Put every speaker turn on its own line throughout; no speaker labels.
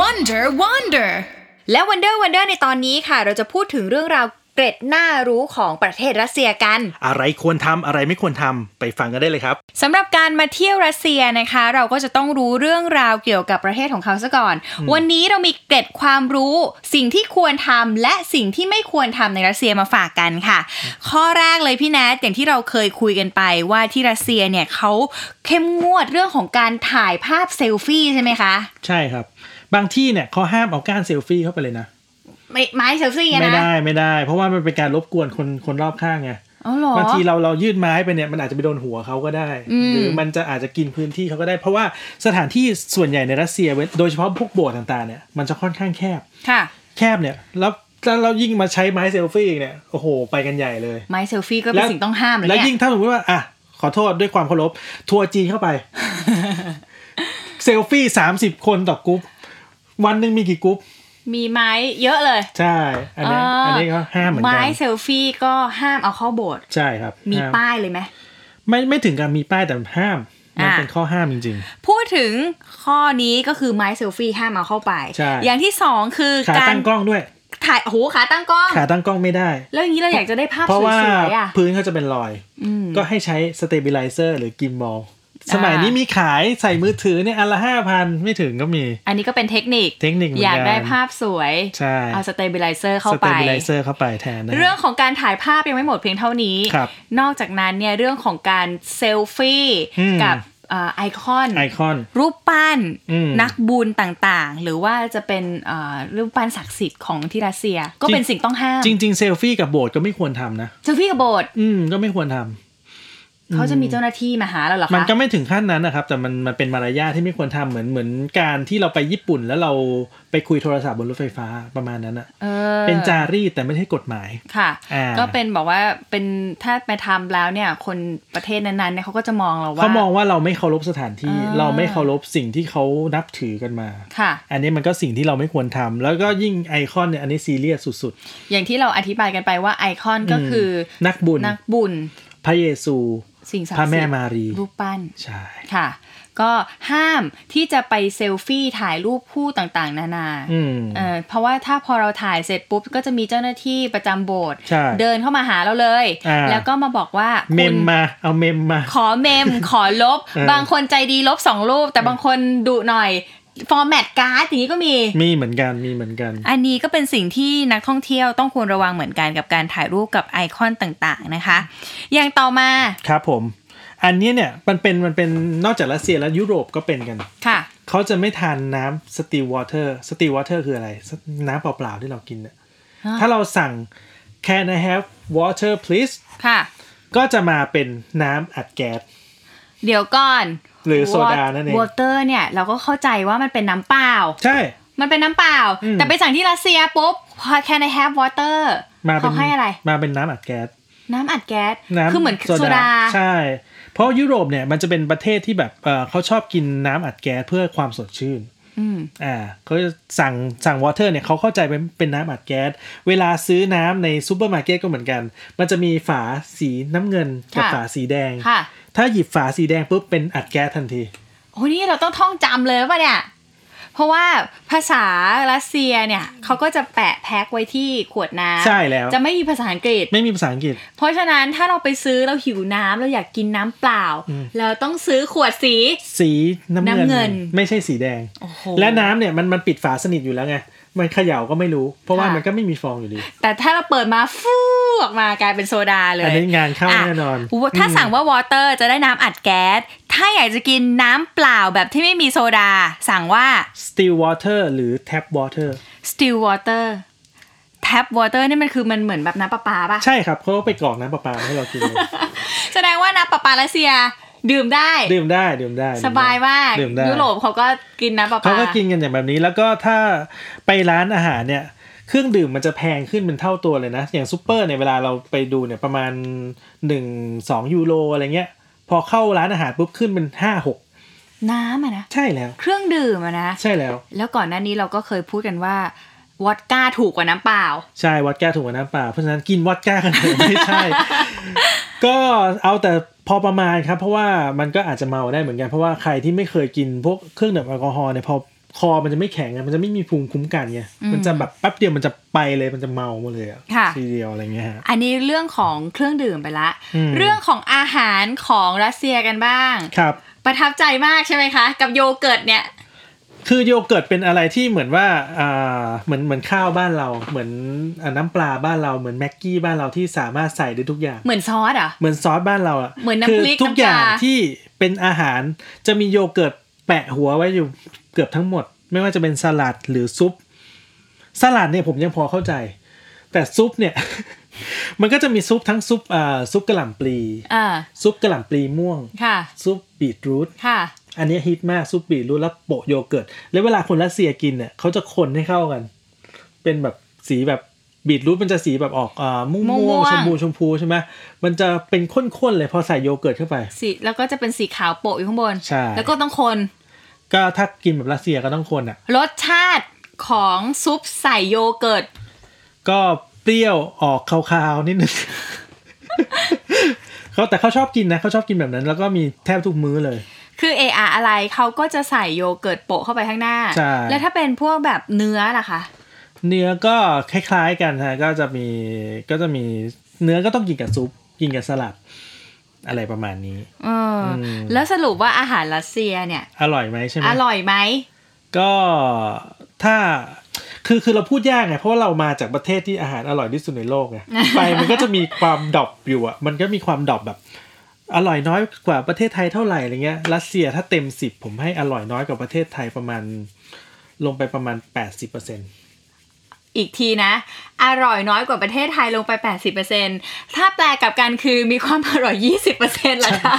Wonder Wonder
และ Wonder Wonder ในตอนนี้ค่ะ เราจะพูดถึงเรื่องราวเกร็ดน่ารู้ของประเทศรัสเซียกัน
อะไรควรทำอะไรไม่ควรทำไปฟังกันได้เลยครับ
สำหรับการมาเที่ยวรัสเซียนะคะ เราก็จะต้องรู้เรื่องราวเกี่ยวกับประเทศของเขาซะก่อน วันนี้เรามีเกร็ดความรู้ สิ่งที่ควรทำและสิ่งที่ไม่ควรทำในรัสเซียมาฝากกันค่ะ ข้อแรกเลยพี่แนทอย่างที่เราเคยคุยกันไปว่าที่รัสเซียเนี่ยเขาเข้มงวดเรื่องของการถ่ายภาพเซลฟี่ใช่ไหมคะ
ใช่ครับ บางที่เนี่ยเขาห้ามเอาก้านเซลฟี่เข้าไปเลยนะ
ไม่ไม้เซลฟี่อะ
ไม่
นะ
ได้ไม่ได้ เพราะว่ามันเป็นการรบกวนคนคนรอบข้างไง
อ๋อเหรอ
บางทีเราเรายื่นไม้ไปเนี่ยมันอาจจะไปโดนหัวเขาก็ได้
อืม
หรือมันจะอาจจะกินพื้นที่เขาก็ได้ เพราะว่าสถานที่ส่วนใหญ่ในรัสเซียเว้ยโดยเฉพาะพวกโบสถ์ต่างๆเนี่ยมันจะค่อนข้างแคบ
ค่ะ
แคบเนี่ยแล้วแล้วเรายิ่งมาใช้ไม้เซลฟี่อีกเนี่ยโอ้โห ไปกันใหญ่เลย
ไม้เซลฟี่ก็เป็น
แล้ว
สิ่งต้องห้ามเลย
แล้ว
เนี่
ยิ่ง
ย
ถ้าสมมติว่าอ่ะขอโทษด้วยความเคารพทัวร์จีนเข้า ไป เซลฟี่สามสิบคนต่อกรุ๊ปวันหนึ่งมีกี่กรุ๊ป
มีไม้เยอะเลย
ใช่ อันเนี้ย
อ่า
อันนี้ก็ห้ามเหมือนกั
ไม้
น
เซลฟี่ก็ห้ามเอาเข้าโบสถ์
ใช่ครับ
มี
ห้า
ป้ายเลยไหม
ไม่ไม่ถึงกับมีป้ายแต่ห้าม มัน
อ่ะ
เป็นข้อห้ามจริง
พูดถึงข้อนี้ก็คือไม้เซลฟี่ห้ามเอาเข้าไป
ใช่
อย่างที่สองคือ
ๆ ขาก
า
ตั้
รง
กล้องด้วย
ถ่ายโอ้โหขาตั้งกล้อง
ขาตั้งกล้องไม่ได้
แล้วอย่างนี้เราอยากจะได้ภาพส
เพราะ
ว
ว่าย
ๆอ่ะ
พื้นเขาจะเป็นรอย
อืม
ก็ให้ใช้สเตเบลิเซอร์หรือกิมบอล
อ่า
สมัยนี้มีขายใส่มือถือเนี่ยอันละห้าพันไม่ถึงก็มี
อันนี้ก็เป็นเทคนิค
เทคนิคเหมือน
อยาก
กัน
ได้ภาพสวย
ใช่
เอาสเตเบลิเซอร์เข้า
สเต
ไป
เบลิเซอร์เข้าไปแทนนะฮะ
เรื่องของการถ่ายภาพยังไม่หมดเพียงเท่านี้
ครับ
นอกจากนั้นเนี่ยเรื่องของการเซลฟี่
อืม
กับไอคอน
ไอคอน
รูปปั้น
อืม
นักบุญต่างๆ หรือว่าจะเป็นเอ่อรูปปั้นศักดิ์สิทธิ์ของที่รัสเซีย ก็
จริง
เป็นสิ่งต้องห้าม
จริง ๆ เซลฟี่กับโบสถ์ก็ไม่ควรทำนะ
เซลฟี่กับโบสถ์
อืม ก็ไม่ควรทำ
เขาจะมีเจ้าหน้าที่มาหาเราเหรอคะ
มันก็ไม่ถึงขั้นนั้นนะครับ แต่มันมันเป็นมารยาทที่ไม่ควรทำเหมือนเหมือนการที่เราไปญี่ปุ่น แล้วเราไปคุยโทรศัพท์บนรถไฟฟ้าประมาณนั้นอะ
เออ
เป็นจารีตแต่ไม่ใช่กฎหมาย
ค่ะ
อ่า
ก็เป็นบอกว่าเป็นถ้าไปทำแล้วเนี่ย คนประเทศนั้นๆเนี่ยเขาก็จะมองเราว่า
เขามองว่าเราไม่เคารพสถานที่
อ่า
เราไม่เคารพสิ่งที่เขานับถือกันมา
ค่ะ
อันนี้มันก็สิ่งที่เราไม่ควรทำแล้วก็ยิ่งไอคอนเนี่ยอันนี้ซีเรียสสุด
อย่างที่เราอธิบายกันไปว่าไอคอน
ๆ
ก็คือ
มนักบุญ
นักบุญ
พระเยซู
สิ่งศัก
พระ
ดิ์สิ
แม่
ทธิ์
มารี
รูปปั้น
ใช่
ค่ะ ก็ห้ามที่จะไปเซลฟี่ถ่ายรูปคู่ต่างๆ นานา
อืม
เออเพราะว่าถ้าพอเราถ่ายเสร็จปุ๊บ ก็จะมีเจ้าหน้าที่ประจำโบสถ์
ใช่
เดินเข้ามาหาเราเลย
อ่า
แล้วก็มาบอกว่า
เม
คุณ
มมาเอาเมมมา
ขอเม ม ขอลบ
เออ
บางคนใจดีลบสองรูป แต่บางคนดุหน่อย ฟอร์แมตการ์ดอย่างนี้ก็มี
มีเหมือนกันมีเหมือนกัน
อันนี้ก็เป็นสิ่งที่นักท่องเที่ยวต้องควรระวังเหมือนกันกับการถ่ายรูปกับไอคอนต่างๆนะคะ อย่างต่อมา
ครับผม อันเนี้ยเนี่ยมันเป็นมันเป็นนอกจากรัสเซียแล้วยุโรปก็เป็นกัน
ค่ะ
เขาจะไม่ทานน้ำสตีวอเตอร์สตีวอเตอร์คืออะไร น้ำเปล่าๆที่เรากินเนี่ย
ฮะ
ถ้าเราสั่ง can I have water please
ค่ะ
ก็จะมาเป็นน้ำอัดแก๊ส
เดี๋ยวก่อน
หรือโซดานั่นเอง
วอเตอร์เนี่ยเราก็เข้าใจว่ามันเป็นน้ำเปล่า
ใช่
มันเป็นน้ำเปล่า
อืม
แต่ไปสั่งที่รัสเซียปุ๊บพอ can I have water
มาเป็
เขา
น
ให้อะไร
มาเป็นน้ำอัดแก๊ส
น้ำอัดแก๊ส
น้ำ
คือเหมือนโซดา
ใช่ เพราะยุโรปเนี่ยมันจะเป็นประเทศที่แบบเอ่อเขาชอบกินน้ำอัดแก๊สเพื่อความสดชื่น
อืม
อ่าเขาจะสั่งสั่งวอเตอร์เนี่ยเขาเข้าใจเป็นเป็นน้ำอัดแก๊ส เวลาซื้อน้ำในซูเปอร์มาร์เก็ตก็เหมือนกัน มันจะมีฝาสีน้ำเงินกับ
ค่ะ
ฝาสีแดง
ค่ะ
ถ้าหยิบฝาสีแดงปุ๊บเป็นอัดแก๊สทันที
โอ้นี่เราต้องท่องจำเลยป่ะเนี่ย เพราะว่าภาษารัสเซียเนี่ยเขาก็จะแปะแพ็คไว้ที่ขวดน้ำ
ใช่แล้ว
จะไม่มีภาษาอังกฤษ
ไม่มีภาษาอังกฤษ
เพราะฉะนั้นถ้าเราไปซื้อเราหิวน้ำเราอยากกินน้ำเปล่า
อืม
เราต้องซื้อขวดสี
สีน้ำเงิน
น้ำเงิน
ไม่ใช่สีแดง
โอ้โห
และน้ำเนี่ยมันมันปิดฝาสนิทอยู่แล้วไง มันเขย่าก็ไม่รู้ เพราะว่า
ค่ะ
มันก็ไม่มีฟองอยู่ดี
แต่ถ้าเราเปิดมาฟูออกมากลายเป็นโซดาเลย
อันนี้งานเข้าแน่นอน
อ่ะถ้าสั่งว่าวอเตอร์จะได้น้ำอัดแก๊ส ถ้าอยากจะกินน้ำเปล่าแบบที่ไม่มีโซดา สั่งว่า
still water หรือ tap water
still water tap water นี่มันคือมันเหมือนแบบน้ำประปาป่ะ
ใช่ครับเขาก็ไปกรอกน้ำประปามาให้เรากินเลย
แสดงว่าน้ำประปารัสเซียดื่มได้
ดื่มได้ดื่มได้
สบายมาก
ดื่มได้
ยุโรปเขาก็กินน้ำประปา
เขาก็กินกันอย่างแบบนี้แล้วก็ถ้าไปร้านอาหารเนี่ย เครื่องดื่มมันจะแพงขึ้นเป็นเท่าตัวเลยนะ อย่างซูเปอร์เนี่ยเวลาเราไปดูเนี่ยประมาณ 1 2 ยูโรอะไรเงี้ย พอเข้าร้านอาหารปุ๊บขึ้นเป็น 5 6
น้ำอะนะ
ใช่แล้ว
เครื่องดื่มอะนะ
ใช่แล้ว
แล้วก่อนหน้านี้เราก็เคยพูดกันว่าวอดก้าถูกกว่าน้ำเปล่า
ใช่วัดแก้วถูกกว่าน้ำเปล่าเพราะฉะนั้นกินวัดแก้วกันเถอะไม่ ใช่ ก็เอาแต่พอประมาณครับ เพราะว่ามันก็อาจจะเมาได้เหมือนกันเพราะว่าใครที่ไม่เคยกินพวกเครื่องดื่มแอลกอฮอล์เนี่ยพอ คอมันจะไม่แข็งไงมันจะไม่มีภูมิคุ้มกันไงมันจะแบบแป๊บเดียวมันจะไปเลยมันจะเมาหมดเลยอะ
ค่ะ
ทีเดียวอะไรเงี้ยฮะ
อันนี้เรื่องของเครื่องดื่มไปละ
อืม
เรื่องของอาหารของรัสเซียกันบ้าง
ครับ
ประทับใจมากใช่ไหมคะ กับโยเกิร์ตเนี่ย
คือโยเกิร์ตเป็นอะไรที่เหมือนว่าอ่าเหมือนเหมือนข้าวบ้านเรา เหมือนอ่าน้ำปลาบ้านเราเหมือนแม็กกี้บ้านเราที่สามารถใส่ได้ทุกอย่าง
เหมือนซอสเหรอ่ะ
เหมือนซอสบ้านเราอะ
เหมือนน้ำ
คื
พริก
ทุกอย่าง
น้ำปลา
ที่เป็นอาหารจะมีโยเกิร์ตแปะหัวไว้อยู่เกือบทั้งหมด ไม่ว่าจะเป็นสลัดหรือซุป สลัดเนี่ยผมยังพอเข้าใจ แต่ซุปเนี่ย มันก็จะมีซุปทั้งซุปอ่าซุปกระหล่ำปลี
อ่า
ซุปกระหล่ำปลีม่วง
ค่ะ
ซุปบีทรูท
ค่ะ
อันนี้ฮิตมากซุปบีรูทแล้วโปะโยเกิร์ตแล้วเวลาคนรัสเซียกินเนี่ยเขาจะคนให้เข้ากัน เป็นแบบสีแบบบีทรูทมันจะสีแบบออกอ่าม่วง
ม่
ม่
ว
ว
ง
ง
ๆ
ชมพูชมพูใช่ไหมมันจะเป็นข้นๆเลยพอใส่โยเกิร์ตเข้าไป
สีแล้วก็จะเป็นสีขาวโปะอยู่ข้างบน
ใช่
แล้วก็ต้องคน
ก็ถ้ากินแบบรัสเซียก็ต้องคนอ่ะ
รสชาติของซุปใส่โยเกิร์ต
ก็เปรี้ยวออกคาวๆนิดนึง เขาแต่เขาชอบกินนะเขาชอบกินแบบนั้น แล้วก็มีแทบทุกมื้อเลย
คือเออาอะไรเขาก็จะใส่โยเกิร์ตโปะเข้าไปข้างหน้า
ใช่
แล้วถ้าเป็นพวกแบบเนื้อล่ะคะ
เนื้อก็คล้ายๆกันฮะก็จะมีก็จะมีเนื้อก็ต้องกินกับซุปกินกับสลัดอะไรประมาณนี้
เอออ
ม
แล้วสรุปว่าอาหารรัสเซียเนี่ย
อร่อยไหมใช่ไหม
อร่อยไหม
ก็ถ้าคือคือเราพูดยากไงเพราะว่าเรามาจากประเทศที่อาหารอร่อยที่สุดในโล กไง ไปมันก็จะมีความดรอบอยู่อ่ะมันก็มีความดรอบแบบ อร่อยน้อยกว่าประเทศไทยเท่าไหร่อะไรเงี้ยรัสเซียถ้าเต็มสิบผมให้อร่อยน้อยกว่าประเทศไทยประมาณ ลงไปประมาณ 80%อ
อีกทีนะ อร่อยน้อยกว่าประเทศไทยลงไป 80%ถ้าแปลกลับกันคือมีความอร่อย 20%ล่ะคะ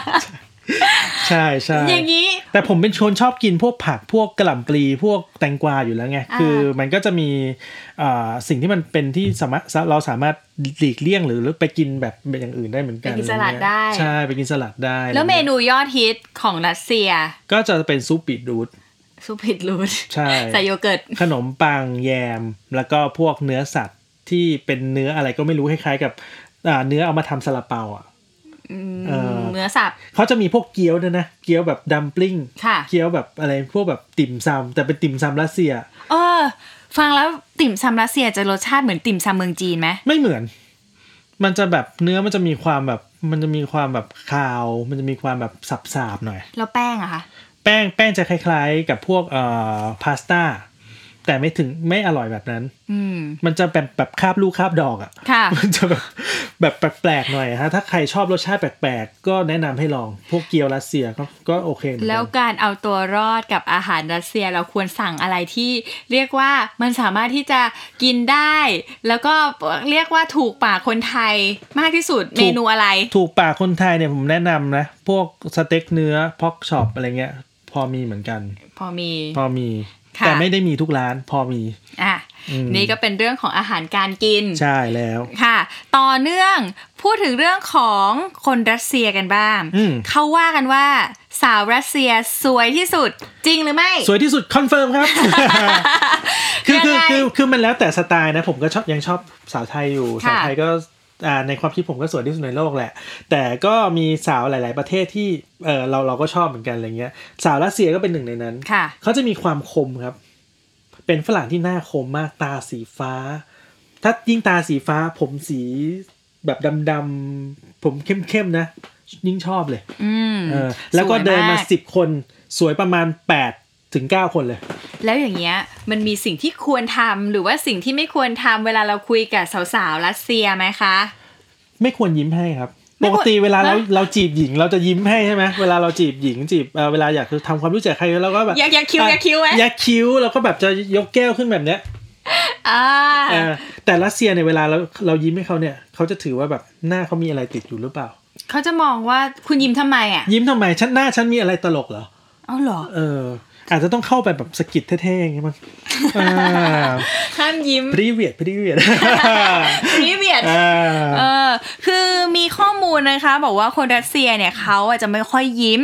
ใช่ใช่
อย่างนี้
แต่ผมเป็นคนชอบกินพวกผักพวกกระหล่ำปลีพวกแตงกวาอยู่แล้วไง
อ่า
คือมันก็จะมีอ่าสิ่งที่มันเป็นที่สามารถเราสามารถหลีกเลี่ยงหรือไปกินแบบอย่างอื่นได้เหมือนกั
ไป
น
กินสลัดได้
ใช่ ไปกินสลัดได้
แล้วเมนูยอดฮิตของรัสเซีย
ก็จะเป็นซุปบีทรูท
ซุปผิดรูท
ใช่
ใส่โยเกิร์ต
ขนมปังแยม แล้วก็พวกเนื้อสัตว์ที่เป็นเนื้ออะไรก็ไม่รู้คล้ายๆกับอ่าเนื้อเอามาทำซาลาเปาอ่ะ เอ่อ
เนื้อสับ
เขาจะมีพวกเกี๊ยวด้วยนะ เกี๊ยวแบบดัมปลิง
ค่ะ
เกี๊ยวแบบอะไรพวกแบบติ่มซำแต่เป็นติ่มซำรัสเซีย
เออ ฟังแล้วติ่มซำรัสเซียจะรสชาติเหมือนติ่มซำเมืองจีนไหม
ไม่เหมือน มันจะแบบเนื้อมันจะมีความแบบมันจะมีความแบบคาว มันจะมีความแบบสับๆหน่อย
แล้วแป้งอะคะ
แป้งแป้งจะคล้ายๆกับพวกเอ่อพาสต้าแต่ไม่ถึงไม่อร่อยแบบนั้น
อืม
มันจะแบบแบบคาบลูกคาบดอกอะ
ค่ะ
่ะ มันจะแบบแบบแปลกๆหน่อยฮะ ถ้าใครชอบรสชาติแปลกๆ ก็แนะนำให้ลอง พวกเกี๊ยวรัสเซียก็ก็โอเคเหมือน
แล้ว
กัน
การเอาตัวรอดกับอาหารรัสเซียเราควรสั่งอะไรที่เรียกว่ามันสามารถที่จะกินได้ แล้วก็เรียกว่าถูกปากคนไทยมากที่สุดเมนูอะไร
ถูกปากคนไทยเนี่ยผมแนะนำนะ พวกสเต็กเนื้อพอกช็อปอะไรเงี้ย พอมีเหมือนกัน
พอมี
พอมี
ค่ะ
แต่ไม่ได้มีทุกร้าน พอมี
อ่ะ
อืม
นี่ก็เป็นเรื่องของอาหารการกิน
ใช่แล้ว
ค่ะ ต่อเนื่องพูดถึงเรื่องของคนรัสเซียกันบ้าง
อืม
เขาว่ากันว่าสาวรัสเซียสวยที่สุดจริงหรือไม่
สวยที่สุดคอนเฟิร์ม ครับ คือคือ
ยังไง
คือคือมันแล้วแต่สไตล์นะ ผมก็ชอบยังชอบสาวไทยอยู่
ค่ะ
สาวไทยก็อ่าในความคิดผมก็สวยที่สุดในโลกแหละ แต่ก็มีสาวหลาย ๆ ประเทศที่เออเราเราก็ชอบเหมือนกันอะไรเงี้ย สาวรัสเซียก็เป็นหนึ่งในนั้น
ค่ะ
เขาจะมีความคมครับ เป็นฝรั่งที่หน้าคมมากตาสีฟ้า ถ้ายิ่งตาสีฟ้า ผมสีแบบดำๆผมเข้มๆนะ ยิ่งชอบเลย
อืม
เออแล้วก็
สวยมาก
เดินมาสิบคนสวยประมาณแปดถึงเก้าคนเลย
แล้วอย่างเงี้ยมันมีสิ่งที่ควรทำหรือว่าสิ่งที่ไม่ควรทำเวลาเราคุยกับสาวๆรัสเซียไหมคะ
ไม่ควรยิ้มให้ครับ
ไม่
ป
ควร
กติเวลาเรา
ฮะ
เราจีบหญิงเราจะยิ้มให้ใช่ไหมเวลาเราจีบหญิงจีบเอ่อเวลาอยากทำความรู้จักใครเราก็แบบ
อย่าอย่าคิวอย่าคิวไหม
ยักคิ้วแล้วก็แบบจะยกแก้วขึ้นแบบเนี้ย
อ่า
เออแต่รัสเซียในยเวลาเราเรายิ้มให้เขาเนี่ยเขาจะถือว่าแบบหน้าเขามีอะไรติดอยู่หรือเปล่า
เขาจะมองว่าคุณยิ้มทำไมอ่ะ
ยิ้มทำไมฉันหน้าฉันมีอะไรตลกเหรอ
เอ้าเหรอ
เออ อาจจะต้องเข้าไปแบบสะกิดเท่ๆอย่างเงี้ยมั้ง
ห้ามยิ้ม
พรีเวียดพรีเวียด
นี่เบียด เออคือมีข้อมูลนะคะบอกว่าคนรัสเซียเนี่ยเขาอาจจะไม่ค่อยยิ้ม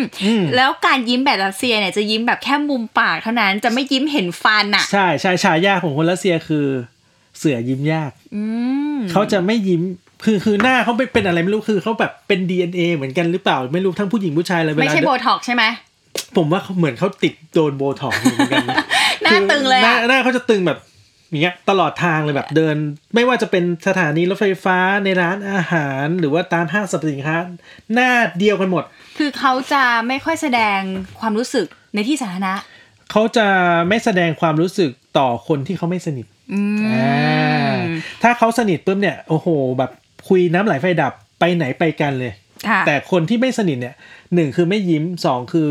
แล้วการยิ้มแบบรัสเซียเนี่ยจะยิ้มแบบแค่มุมปากเท่านั้นจะไม่ยิ้มเห็นฟันอะ
ใช่ใช่ฉายาของคนรัสเซียคือเสือยิ้มยาก
อืม
เขาจะไม่ยิ้ม คือคือหน้าเขาเป็นเป็นอะไรไม่รู้ คือเขาแบบเป็น DNA เหมือนกันหรือเปล่า ไม่รู้ทั้งผู้หญิงผู้ชายเลยเว
ไม่
ลา
ใช่โบท็อกใช่ไหม
ผมว่าเขาเหมือนเขาติดโดนโบท็อกซ์อยู่เหมือนกัน
หน้าตึงเลย
หน้า
อะ
หน้าเขาจะตึงแบบอย่างเงี้ยตลอดทางเลยแบบเดิน ไม่ว่าจะเป็นสถานีรถไฟฟ้าในร้านอาหาร หรือว่าตามห้างสรรพสินค้าหน้าเดียวกันหมด
คือเขาจะไม่ค่อยแสดงความรู้สึกในที่สาธารณะ
เขาจะไม่แสดงความรู้สึกต่อคนที่เขาไม่สนิท
อืม
อ่าถ้าเขาสนิทปุ๊บเนี่ยโอ้โห แบบคุยน้ำไหลไฟดับไปไหนไปกันเลย
ค่ะ
แต่คนที่ไม่สนิทเนี่ยหนึ่งคือไม่ยิ้มสองคือ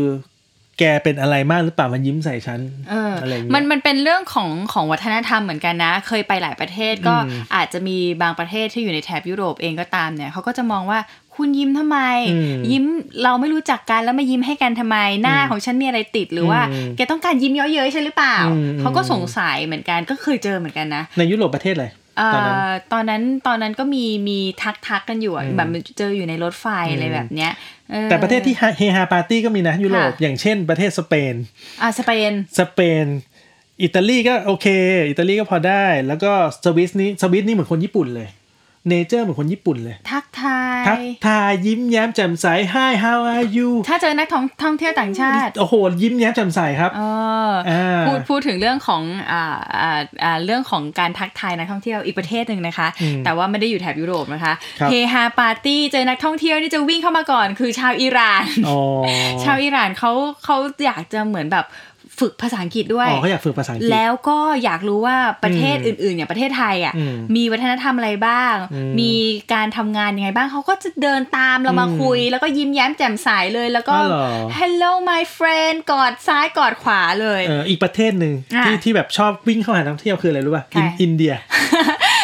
แกเป็นอะไรมากหรือเปล่ามันยิ้มใส่ฉัน
เอออ
อะไรอย่าง
มั
เงี้
น
ย
มันเป็นเรื่องของของวัฒนธรรมเหมือนกันนะ เคยไปหลายประเทศก็
อืม
อาจจะมีบางประเทศที่อยู่ในแถบยุโรปเองก็ตามเนี่ยเขาก็จะมองว่าคุณยิ้มทำไม
อืม
ยิ้มเราไม่รู้จักกันแล้วมายิ้มให้กันทำไมหน้า
อืม
ของฉันมีอะไรติดหรือว่า
อืม
แกต้องการยิ้มเยอะเย้ยๆใช่หรือเปล่า
อืม
เขาก็สงสัยเหมือนกันก็เคยเจอเหมือนกันนะ
ในยุโรปประเทศอะไร
เอ่
ตอนนั้น
อตอนนั้นตอนนั้นก็มีมีทักทักกันอยู่อะ
อืม
แบบเจออยู่ในรถไฟอะไร
อืม
แบบเนี้ยออ
แต่ประเทศที่เฮฮาปาร์ตี้ก็มีนะยุโรป
ค่ะ
อย่างเช่นประเทศสเปน
อ่ะสเปน
สเปน อิตาลีก็โอเค อิตาลีก็พอได้ แล้วก็สวิสนี่สวิสนี่เหมือนคนญี่ปุ่นเลย เนเจอร์เหมือนคนญี่ปุ่นเลย
ทักทาย
ทักทายยิ้มแย้มแจ่มใส Hi how are you
ถ้าเจอนักท่องท่องเที่ยวต่างชาติ
โอ้โห ยิ้มแย้มแจ่มใสครับ
เออ
อ่า
พูดพูดถึงเรื่องของอ่าอ่าอ่าเรื่องของการทักทายนักท่องเที่ยวอีกประเทศหนึ่งนะคะ
อืม
แต่ว่าไม่ได้อยู่แถบยุโรปนะคะ
ครับ
เฮฮาปาร์ตี้เจอนักท่องเที่ยวนี่จะวิ่งเข้ามาก่อน คือชาวอิหร่าน
อ๋อ
ชาวอิหร่านเขาเขาอยากจะเหมือนแบบฝึกภาษาอังกฤษด้วย
อ๋อเขาอยากฝึกภาษาอังกฤษ
แล้วก็อยากรู้ว่าประเทศ
อื
อ
มื่
นๆอย่างประเทศไทยอ่ะ
อืม
มีวัฒนธรรมอะไรบ้าง
อืม
มีการทำงานยังไงบ้างเขาก็จะเดินตามเรามา
อืม
คุย แล้วก็ยิ้มแย้มแจ่มใสเลยแล้วก็
อ๋อเหรอ
hello my friend กอดซ้ายกอดขวาเลย
เอออีกประเทศหนึ่ง
อ่ะ
ที่ที่แบบชอบวิ่งเข้าหานักท่องเที่ยวคืออะไรรู้ป่ะอิน
ใคร
อินเดีย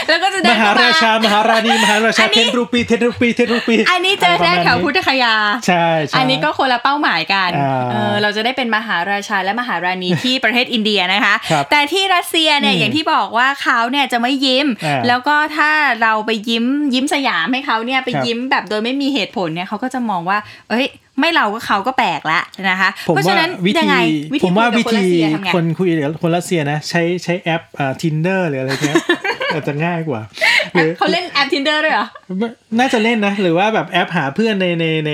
แล้วก็จะ
ม
เดิน
หา
เข้ามา
ราชามหาราณีมหาราชา
อันนี้
เทนรูปีเทนรูปีเทนรูปี
อันนี้เจอแท้แถว
ประมาณนี้
พุทธคยา
ใช่ใช่
อันนี้ก็คนละเป้าหมายกัน
อ่า
เออเราจะได้เป็นมหาราชาและมหาราณีที่ ประเทศอินเดียนะคะ
ครับ
แต่ที่รัสเซียเนี่ย
อืม
อย่างที่บอกว่าเขาเนี่ยจะไม่ยิ้ม
อ่า
แล้วก็ถ้าเราไปยิ้มยิ้มสยามให้เขาเนี่ยไป
ครับ
ยิ้มแบบโดยไม่มีเหตุผลเนี่ยเขาก็จะมองว่า เอ้ย ไม่เราก็เขาก็แปลกละนะคะ
ผม
เพราะฉะ
ว่า
นั้น
วิ
ยั
ธี
งไงวิ
ผ
ธี
ม
คุ
ว่าย
กับ
วิ
คน
ธี
รัสเซียทำไง
คนคุยกับคนรัสเซียนะ ใช้ใช้แอปอ่า tinder หรืออะไรเงี้ย อาจจะง่ายกว่าหรือ
เขาเล่นแอป tinder ด้วยเหรอ
น่าจะเล่นนะ หรือว่าแบบแอปหาเพื่อนในในใน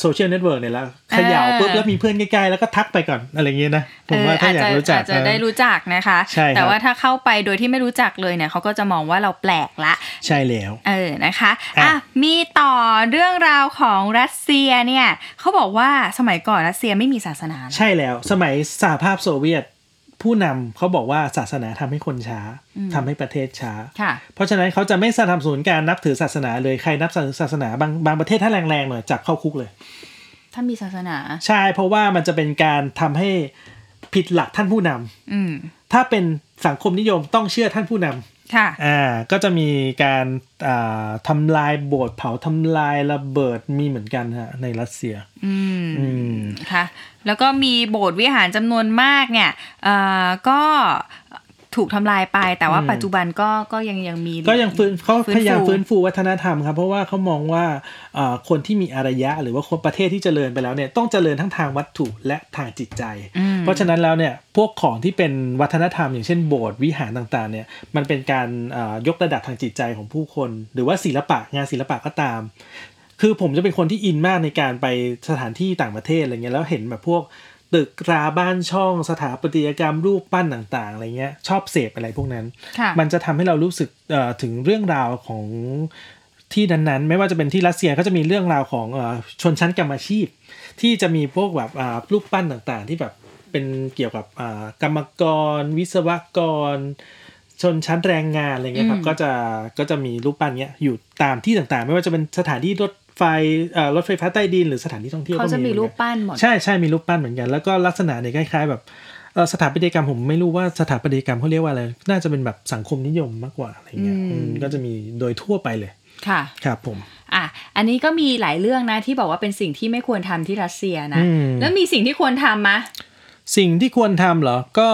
โซเชียลเน็ตเวิร์กเนี่ยแล้วเขย่า
อ่า
ปุ๊บแล้วมีเพื่อนใกล้ๆ แล้วก็ทักไปก่อนอะไรเงี้ยนะ ผมว่าถ้าอยากรู้จัก
เอออาจจะอาจจะได้
นะ
รู้จักนะคะ
ใช่ครับ
แต่ว่าถ้าเข้าไปโดยที่ไม่รู้จักเลยเนี่ยเขาก็จะมองว่าเราแปลกละ
ใช่แล้ว
เออ นะคะ อ่ะ
อ่ะ
มีต่อเรื่องราวของรัสเซียเนี่ย เขาบอกว่าสมัยก่อนรัสเซียไม่มีศาสนานะ
ใช่แล้วสมัยสหภาพโซเวียต ผู้นำเขาบอกว่าศาสนาทำให้คนช้าทำให้ประเทศช้า
ค่ะ
เพราะฉะนั้นเขาจะไม่สนับสนุนการนับถือศาสนาเลยใครนับถือศาสนาบางบางประเทศถ้าแรงๆหน่อยจับเข้าคุกเลย
ถ้ามีศาสนา
ใช่ เพราะว่ามันจะเป็นการทำให้ผิดหลักท่านผู้นำ
อืม
ถ้าเป็นสังคมนิยมต้องเชื่อท่านผู้นำ
ค่ะ
อ่าก็จะมีการอ่าทำลายโบสถ์เผาทำลายระเบิดมีเหมือนกันฮะในรัสเซีย
อืม
อืม
ค่ะ แล้วก็มีโบสถ์วิหารจำนวนมากเนี่ย เอ่อ ก็ถูกทำลายไป แต่ว่า
อืม
ปัจจุบันก็ ก็ยังยังมี
ก็ยังฟื้นเขา
ฟื้นฟู
พยายามฟื้นฟูวัฒนธรรมครับ เพราะว่าเขามองว่าอ่าคนที่มีอารยะ หรือว่าคนประเทศที่เจริญไปแล้วเนี่ยต้องเจริญทั้งทางวัตถุและทางจิตใจ
อืม
เพราะฉะนั้นแล้วเนี่ยพวกของที่เป็นวัฒนธรรม อย่างเช่นโบสถ์วิหารต่างๆเนี่ยมันเป็นการเอ่อยกระดับทางจิตใจของผู้คน หรือว่าศิลปะงานศิลปะก็ตาม คือผมจะเป็นคนที่อินมากในการไปสถานที่ต่างประเทศอะไรเงี้ยแล้วเห็นแบบพวกตึกราบ้านช่องสถาปัตยกรรมรูปปั้นต่างๆอะไรเงี้ยชอบเสพอะไรพวกนั้น
ค่ะ
มันจะทำให้เรารู้สึกเอ่อถึงเรื่องราวของที่นั้นๆ ไม่ว่าจะเป็นที่รัสเซียก็จะมีเรื่องราวของเออชนชั้นกรรมอาชีพ ที่จะมีพวกแบบอ่ารูปปั้นต่างๆ ที่แบบเป็นเกี่ยวกับอ่ากรรมกร วิศวกร ชนชั้นแรงงานอะไรเงี้ยครับ
อืม
ก็จะก็จะมีรูปปั้นเนี้ยอยู่ตามที่ต่างๆ ไม่ว่าจะเป็นสถานที่รถไฟเอ่อรถไฟฟ้าใต้ดินหรือสถานที่ท่องเที่ยวก็
เขา
มี
จะมีรูป
เหอนกั
ปั้น
น
หมด
ใช่ใช่มีรูปปั้นเหมือนกัน แล้วก็ลักษณะเนี่ยคล้ายๆ แบบเอ่อสถาปัตยกรรมผมไม่รู้ว่าสถาปัตยกรรมเขาเรียกว่าอะไร น่าจะเป็นแบบสังคมนิยมมากกว่าอะไรเงี้ย
อืม
อืมก็จะมีโดยทั่วไปเลย
ค่ะ
ครับผม
อ่ะ อันนี้ก็มีหลายเรื่องนะที่บอกว่าเป็นสิ่งที่ไม่ควรทำที่รัสเซียนะ
อืม
แล้วมีสิ่งที่ควรทำมะ
สิ่งที่ควรทำเหรอ ก็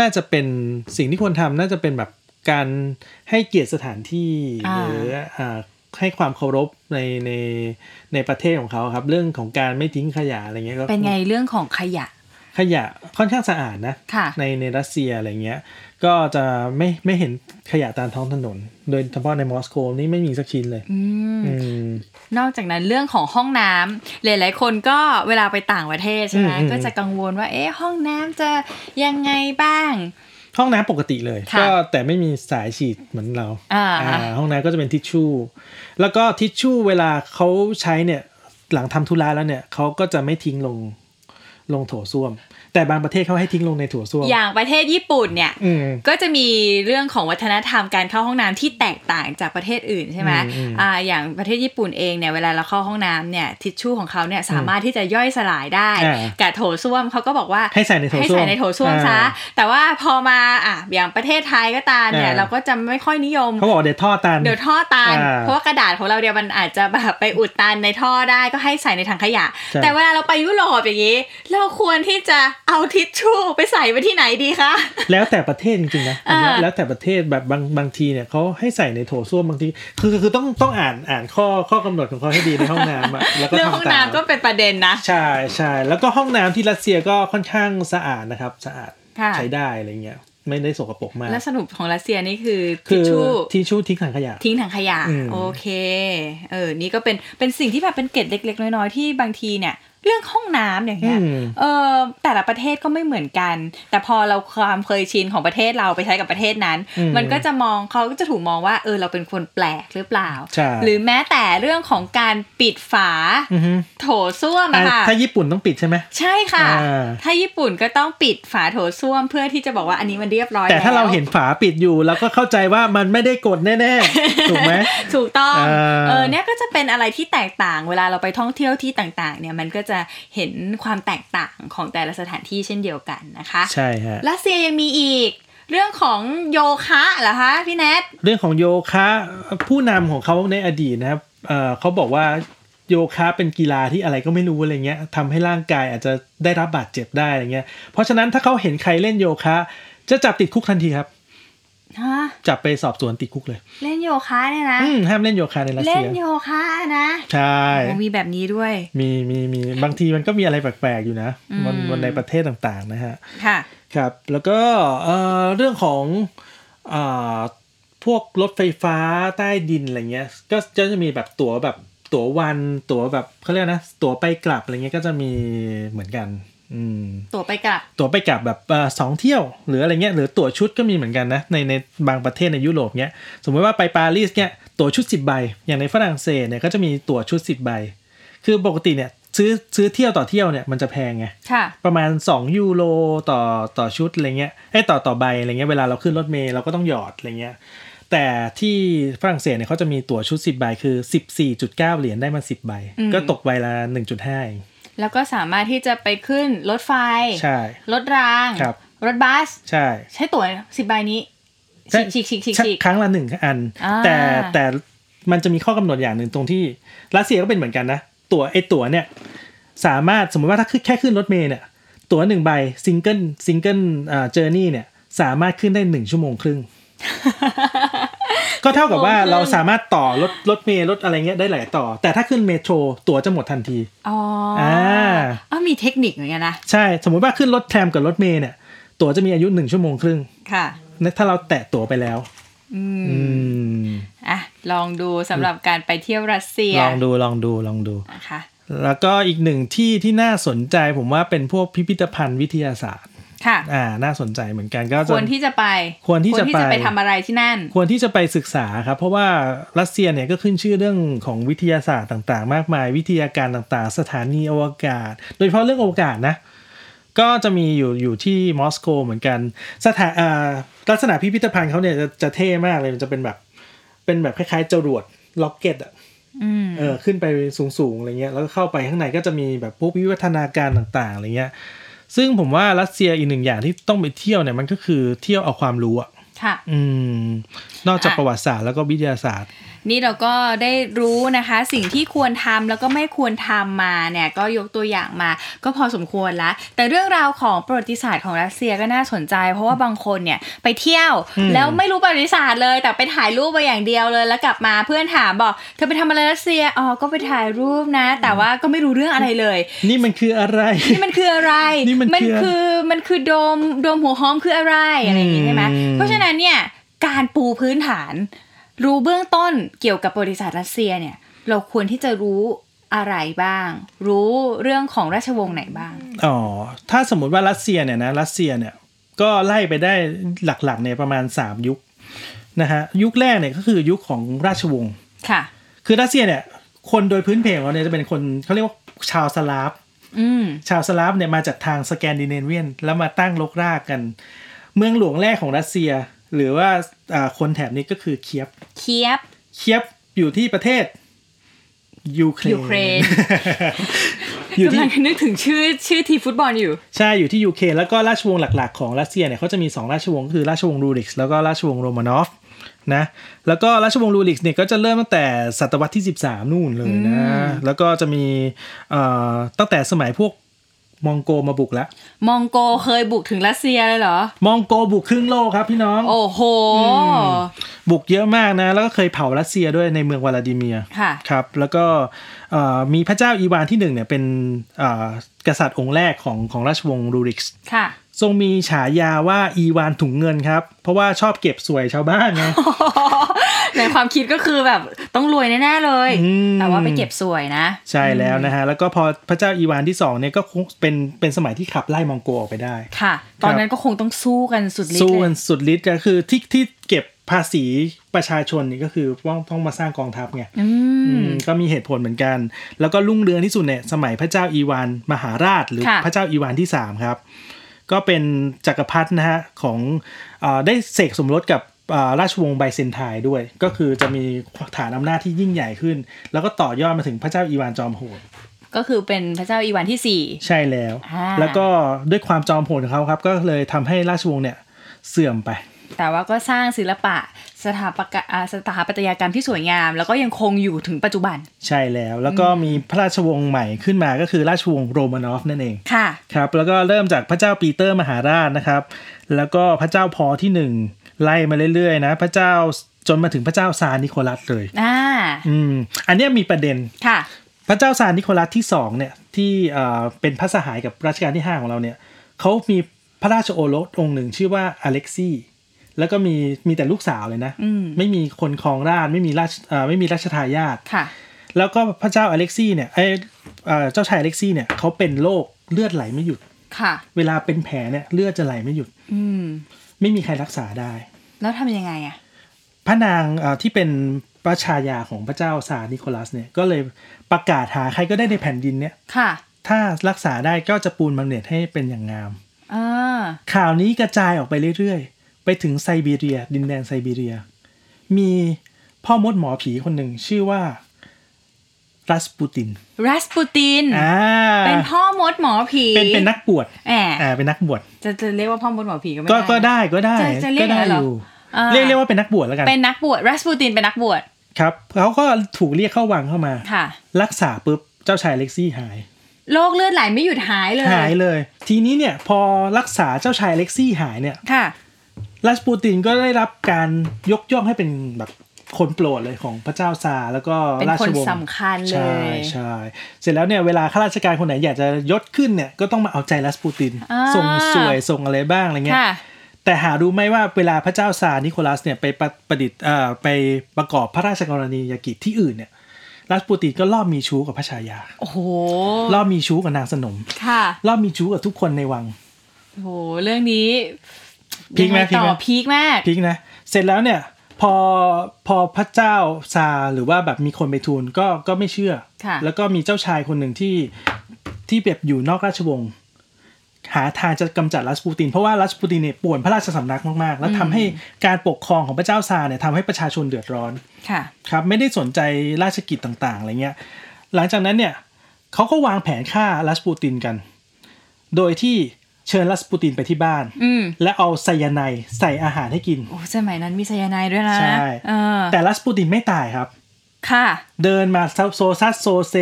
น่าจะเป็นสิ่งที่ควรทำน่าจะเป็นแบบการให้เกียรติสถานที่
อ่า
หรืออ่าให้ความเคารพในในในประเทศของเขาครับ เรื่องของการไม่ทิ้งขยะอะไรเงี้ยก็
เป็นไงเรื่องของขยะ
ขยะค่อนข้างสะอาดนะ
ค่ะ
ในในรัสเซียอะไรเงี้ย ก็จะไม่ไม่เห็นขยะตามท้องถนน โดยเฉพาะในมอสโกนี่ไม่มีสักชิ้นเลย
อืม
อืม
นอกจากนั้นเรื่องของห้องน้ำหลาย ๆ คนก็เวลาไปต่างประเทศใช่ไหม
อืมอืม
ก็จะกังวลว่า เอ๊ะห้องน้ำจะยังไงบ้าง
ห้องน้ำปกติเลย
ค่ะ
ก็แต่ไม่มีสายฉีดเหมือนเรา
อ่า
อ่าห้องน้ำก็จะเป็นทิชชู่ แล้วก็ทิชชู่เวลาเขาใช้เนี่ย หลังทำธุระแล้วเนี่ยเขาก็จะไม่ทิ้งลงลงโถส้วม แต่บางประเทศเขาให้ทิ้งลงในโถส้วม
อย่างประเทศญี่ปุ่นเนี่ย
อืม
ก็จะมีเรื่องของวัฒนธรรมการเข้าห้องน้ำที่แตกต่างจากประเทศอื่นใช่ไหม
อืมอืม
อ่าอย่างประเทศญี่ปุ่นเองเนี่ยเวลาเราเข้าห้องน้ำเนี่ยทิชชู่ของเขาเนี่ยสามารถที่จะย่อยสลายได้
อ่า
กับโถส้วมเขาก็บอกว่า
ให้ใส่ในโถ
ให้
ส้วม
ใส่ในโถส้วมซะ
อ่า
แต่ว่าพอมาอ่ะอย่างประเทศไทยก็ตามเนี่ย
อ่า
เราก็จะไม่ค่อยนิยม
เขาบอกเดี๋ยวท่อตัน
เดี๋ยวท่อตัน
อ่า
เพราะว่ากระดาษของเราเดียวมันอาจจะแบบไปอุดตันในท่อได้ก็ให้ใส่ในถังขยะ
ใช่
แต่เวลาเราไปยุโรปอย่างนี้ เราควรที่จะเอาทิชชู่ไปใส่ไว้ที่ไหนดีคะ
แล้วแต่ประเทศจริงๆนะอันเนี้ย
อ่า
แล้วแต่ประเทศแบบบางบางทีเนี่ยเขาให้ใส่ในโถส้วมบางที คือคือคือต้องต้องอ่านอ่านข้อข้อกำหนดของเขาให้ดีในห้องน้ำอะ แล้วก็
เรื่องห้อง
ทำตาม
น้ำก็เป็นประเด็นนะ
ใช่ใช่แล้วก็ห้องน้ำที่รัสเซียก็ค่อนข้างสะอาดนะครับสะอาด
ค่ะ
ใช้ได้อะไรเงี้ยไม่ได้สกปรกมาก
แล้วสรุปของรัสเซียนี่คือทิ
คื
ชชู่
ทิชชู่ทิ้งถังขยะ
ทิ้งถังขยะ
อืม
โอเคเออนี่ก็เป็นเป็นสิ่งที่แบบเป็นเกร็ดเล็ก ๆ น้อยๆที่บางทีเนี่ย เรื่องห้องน้ำอย่างเงี้ย
อืม
เออแต่ละประเทศก็ไม่เหมือนกัน แต่พอเราความเคยชินของประเทศเราไปใช้กับประเทศนั้น
อืม
มันก็จะมองเขาก็จะถูกมองว่าเออเราเป็นคนแปลกหรือเปล่า
ใช่
หรือแม้แต่เรื่องของการปิดฝา
อือฮึ
โถส้วมอะ
อ่ะ
ค่ะ
ถ้าญี่ปุ่นต้องปิดใช่ไหม
ใช่ค่ะ
อ่า
ถ้าญี่ปุ่นก็ต้องปิดฝาโถส้วมเพื่อที่จะบอกว่าอันนี้มันเรียบร้อย
แต่ถ้าเรา
แล้ว
เห็นฝาปิดอยู่เราก็เข้าใจว่ามันไม่ได้กดแน่ๆถูก ไหม
ถูกต้อง
อ่า
เออเนี่ยก็จะเป็นอะไรที่แตกต่าง เวลาเราไปท่องเที่ยวที่ต่างๆ เนี่ยมันก็จะเห็นความแตกต่างของแต่ละสถานที่เช่นเดียวกันนะคะ
ใช่ฮะ
รัสเซียยังมีอีก เรื่องของโยคะเหรอคะพี่แนท
เรื่องของโยคะผู้นำของเขาในอดีตนะครับเอ่อเขาบอกว่าโยคะเป็นกีฬาที่อะไรก็ไม่รู้อะไรเงี้ยทำให้ร่างกายอาจจะได้รับบาดเจ็บได้อะไรเงี้ย เพราะฉะนั้นถ้าเขาเห็นใครเล่นโยคะ จะจับติดคุกทันทีครับ
ฮะ
จับไปสอบสวนติดคุกเลย
เล่นโยคะเนี่ยนะ
อืมห้ามเล่นโยคะในรัส
เล่
เซี
น
ย
โยคะนะ
ใช่
โอ้มีแบบนี้ด้วย
มีมีมีบางทีมันก็มีอะไรแปลกๆอยู่นะบน
อืม
บนในประเทศต่างๆนะฮะ
ค่ะ
ครับแล้วก็เอ่อเรื่องของอาพวกรถไฟฟ้าใต้ดินอะไรเงี้ยก็ก็จะมีแบบตั๋วแบบตั๋ววันตั๋วแบบเขาเรียกนะตั๋วไปกลับอะไรเงี้ยก็จะมีเหมือนกันอืม
ตัวไปกลับ
ตั๋วไปกลับแบบเอ่อสองเที่ยวหรืออะไรเงี้ยหรือตั๋วชุดก็มีเหมือนกันนะในในบางประเทศในยุโรปเงี้ยสมมติว่าไปปารีสเนี้ยตั๋วชุด 10 ใบ อย่างในฝรั่งเศสเนี่ยก็จะมีตั๋วชุด 10 ใบ คือปกติเนี่ยซื้อซื้อเที่ยวต่อเที่ยวเนี่ยมันจะแพงไง
ค่ะ
ประมาณ 2 ยูโรต่อต่อชุดอะไรเงี้ยไอ้ยต่อต่อใบอะไรเงี้ยเวลาเราขึ้นรถเมล์เราก็ต้องหยอดอะไรเงี้ยแต่ที่ฝรั่งเศสเนี่ยเขาจะมีตั๋วชุด 10 ใบคือ 14.9 เหรียญได้มา 10 ใบ
อืม
ก็ตกใบละ 1.5เอง
แล้วก็สามารถที่จะไปขึ้นรถไฟ
ใช่
รถราง
ครับ
รถบัส
ใช่
ใช้ตั๋วสิบใบนี้
ใช่
ฉีกฉีกฉีกฉีกฉีก
ครั้งละหนึ่งอัน
อ่า
แต่แต่มันจะมีข้อกำหนดอย่างหนึ่งตรงที่รัสเซียก็เป็นเหมือนกันนะ ตั๋วไอ้ตั๋วเนี่ย สามารถสมมติว่าถ้าขึ้นแค่ขึ้นรถเมล์เนี่ยตั๋วหนึ่งใบซิงเกิลซิงเกิลเจอร์นี่เนี่ยสามารถขึ้นได้หนึ่งชั่วโมงค รึ่ง ก็เท่ากับว่าเราสามารถต่อรถรถเมล์รถอะไรเงี้ยได้หลายต่อ แต่ถ้าขึ้นเมโทรตั๋วจะหมดทันที
อ๋ออา อ๋อมีเทคนิคเหมือนกันนะ
ใช่ สมมุติว่าขึ้นรถแทรมกับรถเมล์เนี่ย ตั๋วจะมีอายุหนึ่งชั่วโมงครึ่ง
ค่ะ
ถ้าเราแตะตั๋วไปแล้ว
อืม
อืม
อ่ะ ลองดูสำหรับการไปเที่ยวรัสเซีย
ลองดูลองดูลองดู
นะคะ
แล้วก็อีกหนึ่งที่ที่น่าสนใจผมว่าเป็นพวกพิพิธภัณฑ์วิทยาศาสตร์
ค่ะ
อ่าน่าสนใจเหมือนกันก็
ค
จะ
วรที่จะไป
ควรที่จะไป
ไปทำอะไรที่นั่น
ควรที่จะไปศึกษาครับ เพราะว่ารัสเซียเนี่ยก็ขึ้นชื่อเรื่องของวิทยาศาสตร์ต่างๆ มากมาย วิทยาการต่างๆ สถานีอวกาศ โดยเฉพาะเรื่องอวกาศนะ ก็จะมีอยู่อยู่ที่มอสโกเหมือนกันสถาอ่าลักษณะพิพิธภัณฑ์เขาเนี่ยจะจะเท่มากเลยมันจะเป็นแบบเป็นแบบคล้ายๆจรวดล็อกเก็ตอะ
อืม
เออขึ้นไปสูงๆอะไรเงี้ยแล้วก็เข้าไปข้างในก็จะมีแบบพวกวิวัฒนาการต่างๆอะไรเงี้ยซึ่งผมว่ารัสเซียอีกหนึ่งอย่างที่ต้องไปเที่ยวเนี่ยมันก็คือเที่ยวเอาความรู้อ่ะ
ค่ะ
อืม นอกจาก
อ่ะ
ประวัติศาสตร์แล้วก็วิทยาศาสตร์
นี่เราก็ได้รู้นะคะ สิ่งที่ควรทำแล้วก็ไม่ควรทำมาเนี่ยก็ยกตัวอย่างมาก็พอสมควรละแต่เรื่องราวของประวัติศาสตร์ของรัสเซียก็น่าสนใจ เพราะว่าบางคนเนี่ยไปเที่ยว
อืม
แล้วไม่รู้ประวัติศาสตร์เลย แต่ไปถ่ายรูปมาอย่างเดียวเลย แล้วกลับมาเพื่อนถามบอกเธอไปทำอะไรรัสเซียอ๋อก็ไปถ่ายรูปนะ แต่ว่าก็ไม่รู้เรื่องอะไรเลย
นี่มันคืออะไร
นี่มันคืออะไร
นี่มัน
มัน
คืออะไร
คือมันคือโดมโดมหัวหอมคืออะไรอะไรอย่างงี้ใช่ไหม
อืม
เพราะฉะนั้นเนี่ยการปูพื้นฐาน รู้เบื้องต้นเกี่ยวกับประวัติศาสตร์รัสเซียเนี่ย เราควรที่จะรู้อะไรบ้าง รู้เรื่องของราชวงศ์ไหนบ้าง
อ๋อ ถ้าสมมติว่ารัสเซียเนี่ยนะรัสเซียเนี่ยก็ไล่ไปได้หลักๆเนี่ยประมาณ 3 ยุคนะฮะยุคแรกเนี่ยก็คือยุคของราชวงศ์
ค่ะ
คือรัสเซียเนี่ยคนโดยพื้นเพของเราเนี่ยจะเป็นคนเขาเรียกว่าชาวสลาฟ
อืม
ชาวสลาฟเนี่ยมาจากทางสแกนดิเนเวียน แล้วมาตั้งรกรากกัน เมืองหลวงแรกของรัสเซีย หรือว่าอ่าคนแถบนี้ก็คือเคียฟ
เคียบ
เคียฟอยู่ที่ประเทศยูเครน
ยูเครน
อยู่ที่
กำลังนึกถึงชื่อชื่อทีมฟุตบอลอยู่
ใช่ อยู่ที่ยูเคแล้วก็ราชวงศ์หลัก ๆ ของรัสเซียเนี่ยเขาจะมี 2 ราชวงศ์ก็คือราชวงศ์รูริกส์แล้วก็ราชวงศ์โรมานอฟนะแล้วก็ราชวงศ์รูริกส์เนี่ยก็จะเริ่มตั้งแต่ศตวรรษที่ 13 นู่นเลยนะ แล้วก็จะมีเอ่อตั้งแต่สมัยพวกมองโกมาบุกแล้ว
มองโกเคยบุกถึงรัสเซียเลยเหรอ
มองโกบุกครึ่งโลกครับพี่น้อง
โอ้โห
บุกเยอะมากนะ แล้วก็เคยเผารัสเซียด้วยในเมืองวลาดิเมียร์
ค่ะ
ครับ แล้วก็เอ่อมีพระเจ้าอีวานที่หนึ่งเนี่ยเป็นเอ่อกษัตริย์องค์แรกของของราชวงศ์รูริกส์
ค่ะ
ทรงมีฉายาว่าอีวานถุงเงินครับ เพราะว่าชอบเก็บสวยชาวบ้าน ไง
ในความคิดก็คือแบบต้องรวยแน่ๆเลย
อืม
แต่ว่าไปเก็บสวยนะ
ใช่แล้วนะฮะ แล้วก็พอพระเจ้าอีวานที่สองเนี่ยก็คงเป็นเป็นสมัยที่ขับไล่มองโกออกไปได้
ค่ะ ตอนนั้นก็คงต้องสู้กันสุดฤท
สู้
ธิ์เล
กั
ย
นสุดฤทธิ์ก็คือที่ที่เก็บภาษีประชาชนนี่ก็คือต้องต้องมาสร้างกองทัพไง
อื
อื
ม
มก็มีเหตุผลเหมือนกัน แล้วก็รุ่งเรืองที่สุดเนี่ยสมัยพระเจ้าอีวานมหาราช หรือ
ค่ะ
พระเจ้าอีวานที่สามครับ ก็เป็นจักรพรรดินะฮะของเออได้เสกสมรสกับเอ่อราชวงศ์ไบเซนไทน์ด้วย ก็คือจะมีฐานอำนาจที่ยิ่งใหญ่ขึ้น แล้วก็ต่อยอดมาถึงพระเจ้าอีวานจอมโหด
ก็คือเป็นพระเจ้าอีวานที่สี่
ใช่แล้ว
อ่า
แล้วก็ด้วยความจอมโหดของเขาครับ ก็เลยทำให้ราชวงศ์เนี่ยเสื่อมไป
แต่ว่าก็สร้างศิลปะสถาปกะอ่าสถาปัตยกรรมที่สวยงาม แล้วก็ยังคงอยู่ถึงปัจจุบัน
ใช่แล้ว แล้วก็มีพระราชวงศ์ใหม่ขึ้นมาก็คือราชวงศ์โรมานอฟนั่นเอง
ค่ะ
ครับแล้วก็เริ่มจากพระเจ้าปีเตอร์มหาราชนะครับ แล้วก็พระเจ้าพอที่หนึ่งไล่มาเรื่อยๆนะพระเจ้าจนมาถึงพระเจ้าซาร์นิโคลัสเลย
อ่า
อืมอันเนี้ยมีประเด็น
ค่ะ
พระเจ้าซาร์นิโคลัสที่สองเนี่ยที่เอ่อเป็นพระสหายกับรัชกาลที่ห้าของเราเนี่ยเขามีพระราชโอรสองค์หนึ่งชื่อว่าอเล็กซี่แล้วก็มีมีแต่ลูกสาวเลยนะ
อืม
ไม่มีคนครองราชย์ไม่มีราชเอ่อไม่มีราชทายาท
ค่ะ
แล้วก็พระเจ้าอเล็กซี่เนี่ยเอ้ยเอ่อเจ้าชายอเล็กซี่เนี่ยเขาเป็นโรคเลือดไหลไม่หยุด
ค่ะ
เวลาเป็นแผลเนี่ยเลือดจะไหลไม่หยุด
อืม
ไม่มีใครรักษาได้
แล้วทำยังไงอะ
พระนางเอ่อที่เป็นประชายาของพระเจ้าซาร์นิโคลัสเนี่ยก็เลยประกาศหาใครก็ได้ในแผ่นดินเนี่ย
ค่ะ
ถ้ารักษาได้ก็จะปูนบำเหน็จให้เป็นอย่างงาม
อ่า
ข่าวนี้กระจายออกไปเรื่อยๆ ไปถึงไซบีเรีย ดินแดนไซบีเรีย มีพ่อมดหมอผีคนหนึ่งชื่อว่ารัสปูติน
รัสปูติน
อ่า
เป็นพ่อมดหมอผี
เป็นเป็นนักบวช
แหม
อ่าเป็นนักบวช
จะจะเรียกว่าพ่อมดหมอผีก็ไม่
ก็
ได้
ก็ได้ก็ได้
จะจะเรียก
ก็ได้
อะไรเหรอ
อยู่
อ่า
เรียกเรียกว่าเป็นนักบวชแล้วกัน
เป็นนักบวชรัสปูตินเป็นนักบวช
ครับเขาก็ถูกเรียกเข้าวังเข้ามา
ค่ะ
รักษาปุ๊บ เจ้าชายเล็กซี่หาย
โรคเลือดไหลไม่หยุดหายเลย
หายเลย ทีนี้เนี่ยพอรักษาเจ้าชายเล็กซี่หายเนี่ย
ค่ะ
รัสปูตินก็ได้รับการยกย่องให้เป็นแบบคนโปรดเลยของพระเจ้าซาร์แล้วก็
เป็น
รา
ค
ช
น
วงศ์
สำคัญเล
ใช่
ย
ใช่เสร็จแล้วเนี่ยเวลาข้าราชการคนไหนอยากจะยศขึ้นเนี่ยก็ต้องมาเอาใจรัสปูติน
อ่า
ส่งสวยส่งอะไรบ้างอะไรเงี้ย
ค่ะ
แต่หารู้ไหมว่าเวลาพระเจ้าซาร์นิโคลัสเนี่ยไปประประดิษฐ์เอ่อไปประกอบพระราชกรณียกิจที่อื่นเนี่ยรัสปูตินก็รอบมีชู้กับพระชายา
โอ้โห
รอบมีชู้กับนางสนม
ค่ะ
รอบมีชู้กับทุกคนในวัง
โอ้โห เรื่องนี้
พีคไหม
ยังงต่อพีคมาก
พิกนะ เสร็จแล้วเนี่ยพอพอพระเจ้าซาร์หรือว่าแบบมีคนไปทูลก็ก็ไม่เชื่อ
ค่ะ
แล้วก็มีเจ้าชายคนหนึ่งที่ที่แบบอยู่นอกราชวงศ์หาทางจะกำจัดรัสปูติน เพราะว่ารัสปูตินเนี่ยป่วนพระราชสำนักมากๆ แล้วทำให้การปกครองของพระเจ้าซาร์เนี่ยทำให้ประชาชนเดือดร้อน
ค่ะ
ครับไม่ได้สนใจราชกิจต่างๆอะไรเงี้ยหลังจากนั้นเนี่ยเขาก็วางแผนฆ่ารัสปูตินกัน โดยที่เชิญรัสปูตินไปที่บ้าน
อืม
และเอาไซยาไนด์ใส่อาหารให้กิน
โอ้สมัยนั้นมีไซยาไนด์ด้วยนะ
ใช่
เออ
แต่รัสปูตินไม่ตายครับ
ค่ะ
เดินมาโซซัสโซเซ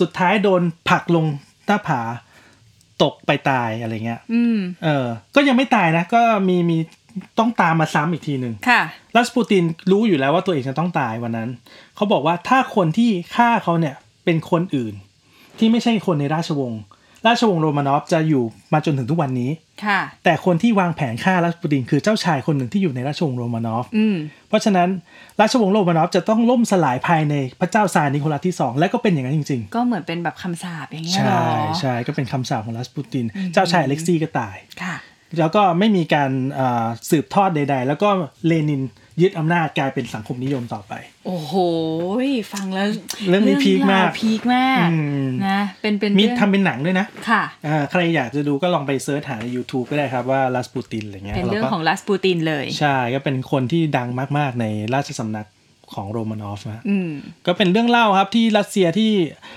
สุดท้ายโดนผลักลงหน้าผาตกไปตายอะไรเงี้ย
อืม
เออก็ยังไม่ตายนะ ก็มีมีต้องตามมาซ้ำอีกทีหนึ่ง
ค่ะ
รัสปูตินรู้อยู่แล้วว่าตัวเองจะต้องตายวันนั้น เขาบอกว่าถ้าคนที่ฆ่าเขาเนี่ยเป็นคนอื่น ที่ไม่ใช่คนในราชวงศ์ ราชวงศ์โรมานอฟจะอยู่มาจนถึงทุกวันนี้
ค่ะ
แต่คนที่วางแผนฆ่ารัสปูตินคือเจ้าชายคนหนึ่งที่อยู่ในราชวงศ์โรมานอฟ
อืม
เพราะฉะนั้นราชวงศ์โรมานอฟจะต้องล่มสลายภายในพระเจ้าซาร์นิโคลัสที่สองและก็เป็นอย่างนั้นจริง
ก็เหมือนเป็นแบบคำสาปอย่าง
ๆ
เงี้ยเหร
ใช่
อ
ใช่ก็เป็นคำสาปของรัสปูติน เจ้าชายอเล็กซี่ก็ตาย
ค่ะ
แล้วก็ไม่มีการอ่าสืบทอดใด ๆ แล้วก็เลนินยึดอำนาจกลายเป็นสังคมนิยมต่อไป
โอ้โห ฟังแล้ว
เรื่องนี้พีคมาก
เรื่องรวพีคมาก
อืม
นะ เป็นเป็น
มี
เรื่อง
ทำเป็นหนังด้วยนะ
ค่ะ
อ่าใครอยากจะดูก็ลองไปเซิร์ชหาใน YouTube ก็ได้ครับว่ารัสปูตินอะไรเงี้ย
เป็นเรื่อง
แล้วก็
ของลัสปูตินเลย
ใช่ก็เป็นคนที่ดังมากๆในราชสำนักของโรมานอฟนะ
อืม
ก็เป็นเรื่องเล่าครับที่รัสเซียที่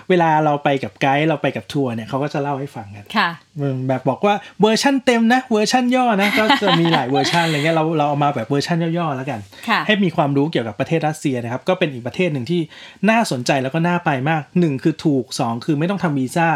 เวลาเราไปกับไกด์เราไปกับทัวร์เนี่ยเขาก็จะเล่าให้ฟังกัน
ค่ะ
มันแบบบอกว่าเวอร์ชั่นเต็มนะเวอร์ชั่นย่อนะก็จะมีหลายเวอร์ชันอะไรเงี้ยเราเราเอามาแบบเวอร์ชันย่อๆแล้วกัน
ค่ะ
ให้มีความรู้เกี่ยวกับประเทศรัสเซียนะครับก็เป็นอีกประเทศหนึ่งที่น่าสนใจแล้วก็น่าไปมากหนึ่งคือถูกสองคือไม่ต้องทำวีซ่า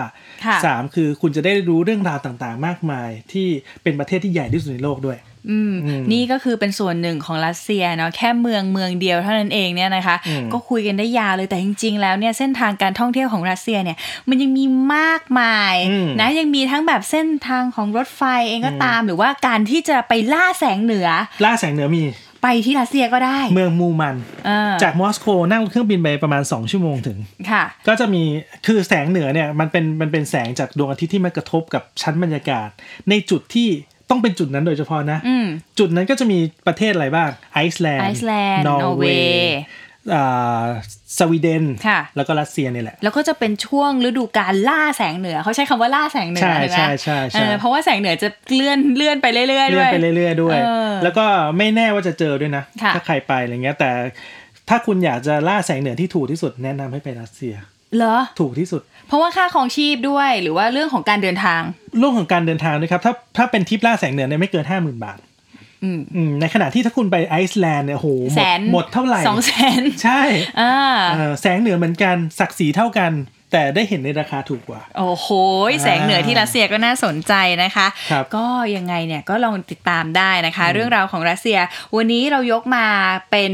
ค่ะ
สามคือคุณจะได้รู้เรื่องราวต่างๆ มากมาย ที่เป็นประเทศที่ใหญ่ที่สุดในโลกด้วย
อืม
อืม
นี่ก็คือเป็นส่วนหนึ่งของรัสเซียเนาะแค่เมืองเมืองเดียวเท่านั้นเองเนี่ยนะคะ
อืม
ก็คุยกันได้ยาวเลยแต่จริง ๆ แล้วเนี่ยเส้นทางการท่องเที่ยวของรัสเซียเนี่ยมันยังมีมากมาย
อืม
นะยังมีทั้งแบบเส้นทางของรถไฟเองก็ตาม หรือว่าการที่จะไปล่าแสงเหนือ
ล่าแสงเหนือมี
ไปที่รัสเซียก็ได้
เมืองมูมัน
เออ
จากมอสโกนั่งเครื่องบินไปประมาณสองชั่วโมงถึง
ค่ะ
ก็จะมีคือแสงเหนือเนี่ยมันเป็นมันเป็นแสงจากดวงอาทิตย์ที่มากระทบกับชั้นบรรยากาศ ในจุดที่ต้องเป็นจุดนั้นโดยเฉพาะนะ
อืม
จุดนั้นก็จะมีประเทศอะไรบ้างไอซ์แลน
ไอ
ด์
ซ์แลนด์นอร์เวย์
อ่าสวีเดน
ค่ะ
แล้วก็รัสเซียเนี่ยแหละ
แล้วก็จะเป็นช่วงฤดูการล่าแสงเหนือเขาใช้คำว่าล่าแสงเหนือ
ใช่
ใช่ไหม
ใช่
เอ
ใช่ใช่
อเพราะว่าแสงเหนือจะเลื่อนเลื่อนไปเรื่อยๆด้วย
เลื่อนไปเรื่อยๆด้วย
เออ
แล้วก็ไม่แน่ว่าจะเจอด้วยนะ
ค่ะ
ถ้าใครไปอะไรเงี้ยแต่ถ้าคุณอยากจะล่าแสงเหนือที่ถูกที่สุดแนะนำให้ไปรัสเซีย
เหรอ
ถูกที่สุด
เพราะว่าค่าครองชีพด้วยหรือว่าเรื่องของการเดินทาง
เรื่องของการเดินทางนะครับถ้าถ้าเป็นทริปล่าแสงเหนือเนี่ยไม่เกินห้าหมื่นบาท
อืม
อืมในขณะที่ถ้าคุณไปไอซ์แลนด์เนี่ยโหหม
แสน
ดหมดเท่าไหร่
สองแสน
ใช่
อ่า
เอ่อแสงเหนือเหมือนกันศักดิ์ศรีเท่ากัน แต่ได้เห็นในราคาถูกกว่า
โอ้โหแสงเหนือที่รัสเซียก็น่าสนใจนะคะ
ครับ
ก็ยังไงเนี่ยก็ลองติดตามได้นะคะ เรื่องราวของรัสเซีย วันนี้เรายกมาเป็น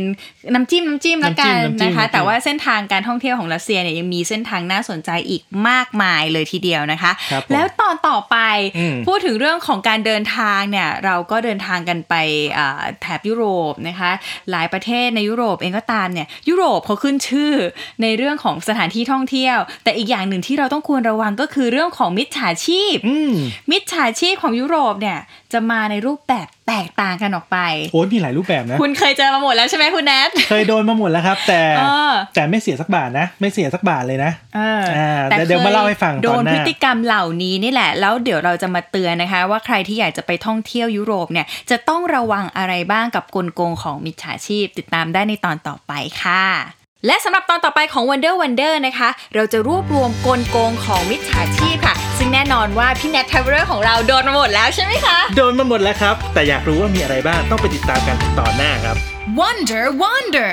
น้ำจิ้มน้ำจิ้มแล้วกัน
น้ำจิ้มน้ำจิ้ม
นะคะ
น้ำจิ้ม
แต่ว่าเส้นทางการท่องเที่ยวของรัสเซียเนี่ยยังมีเส้นทางน่าสนใจอีกมากมายเลยทีเดียวนะคะ
ครับผม
แล้วตอนต่อไป
อืม
พูดถึงเรื่องของการเดินทางเนี่ยเราก็เดินทางกันไปอ่าแถบยุโรปนะคะ หลายประเทศในยุโรปเองก็ตามเนี่ยยุโรปเขาขึ้นชื่อในเรื่องของสถานที่ท่องเที่ยว แต่อีกอย่างหนึ่งที่เราต้องควรระวังก็คือเรื่องของมิจฉาชีพ
อืม
มิจฉาชีพของยุโรปเนี่ยจะมาในรูปแบบแตกต่างกันออกไป
โอ้ยมีหลายรูปแบบนะ
คุณเคยเจอมาหมดแล้วใช่ไหมคุณแนท
เคยโดนมาหมดแล้วครับ แต่
เออ
แต่ไม่เสียสักบาทนะ ไม่เสียสักบาทเลยนะ
เออ
อ่าแต่เดี๋ยวมาเล่าให้ฟัง
โด
ตอน นหน้า
พฤติกรรมเหล่านี้นี่แหละ แล้วเดี๋ยวเราจะมาเตือนนะคะ ว่าใครที่อยากจะไปท่องเที่ยวยุโรปเนี่ย จะต้องระวังอะไรบ้างกับกลโกงของมิจฉาชีพ ติดตามได้ในตอนต่อไปค่ะ และสำหรับตอนต่อไปของ Wonder Wonder นะคะ เราจะรวบรวมกลโกงของมิจฉาชีพค่ะ ซึ่งแน่นอนว่าพี่แนทเทเวอร์ของเราโดนมาหมดแล้วใช่ไหมคะ
โดนมาหมดแล้วครับ แต่อยากรู้ว่ามีอะไรบ้างต้องไปติดตามกันตอนหน้าครับ
Wonder Wonder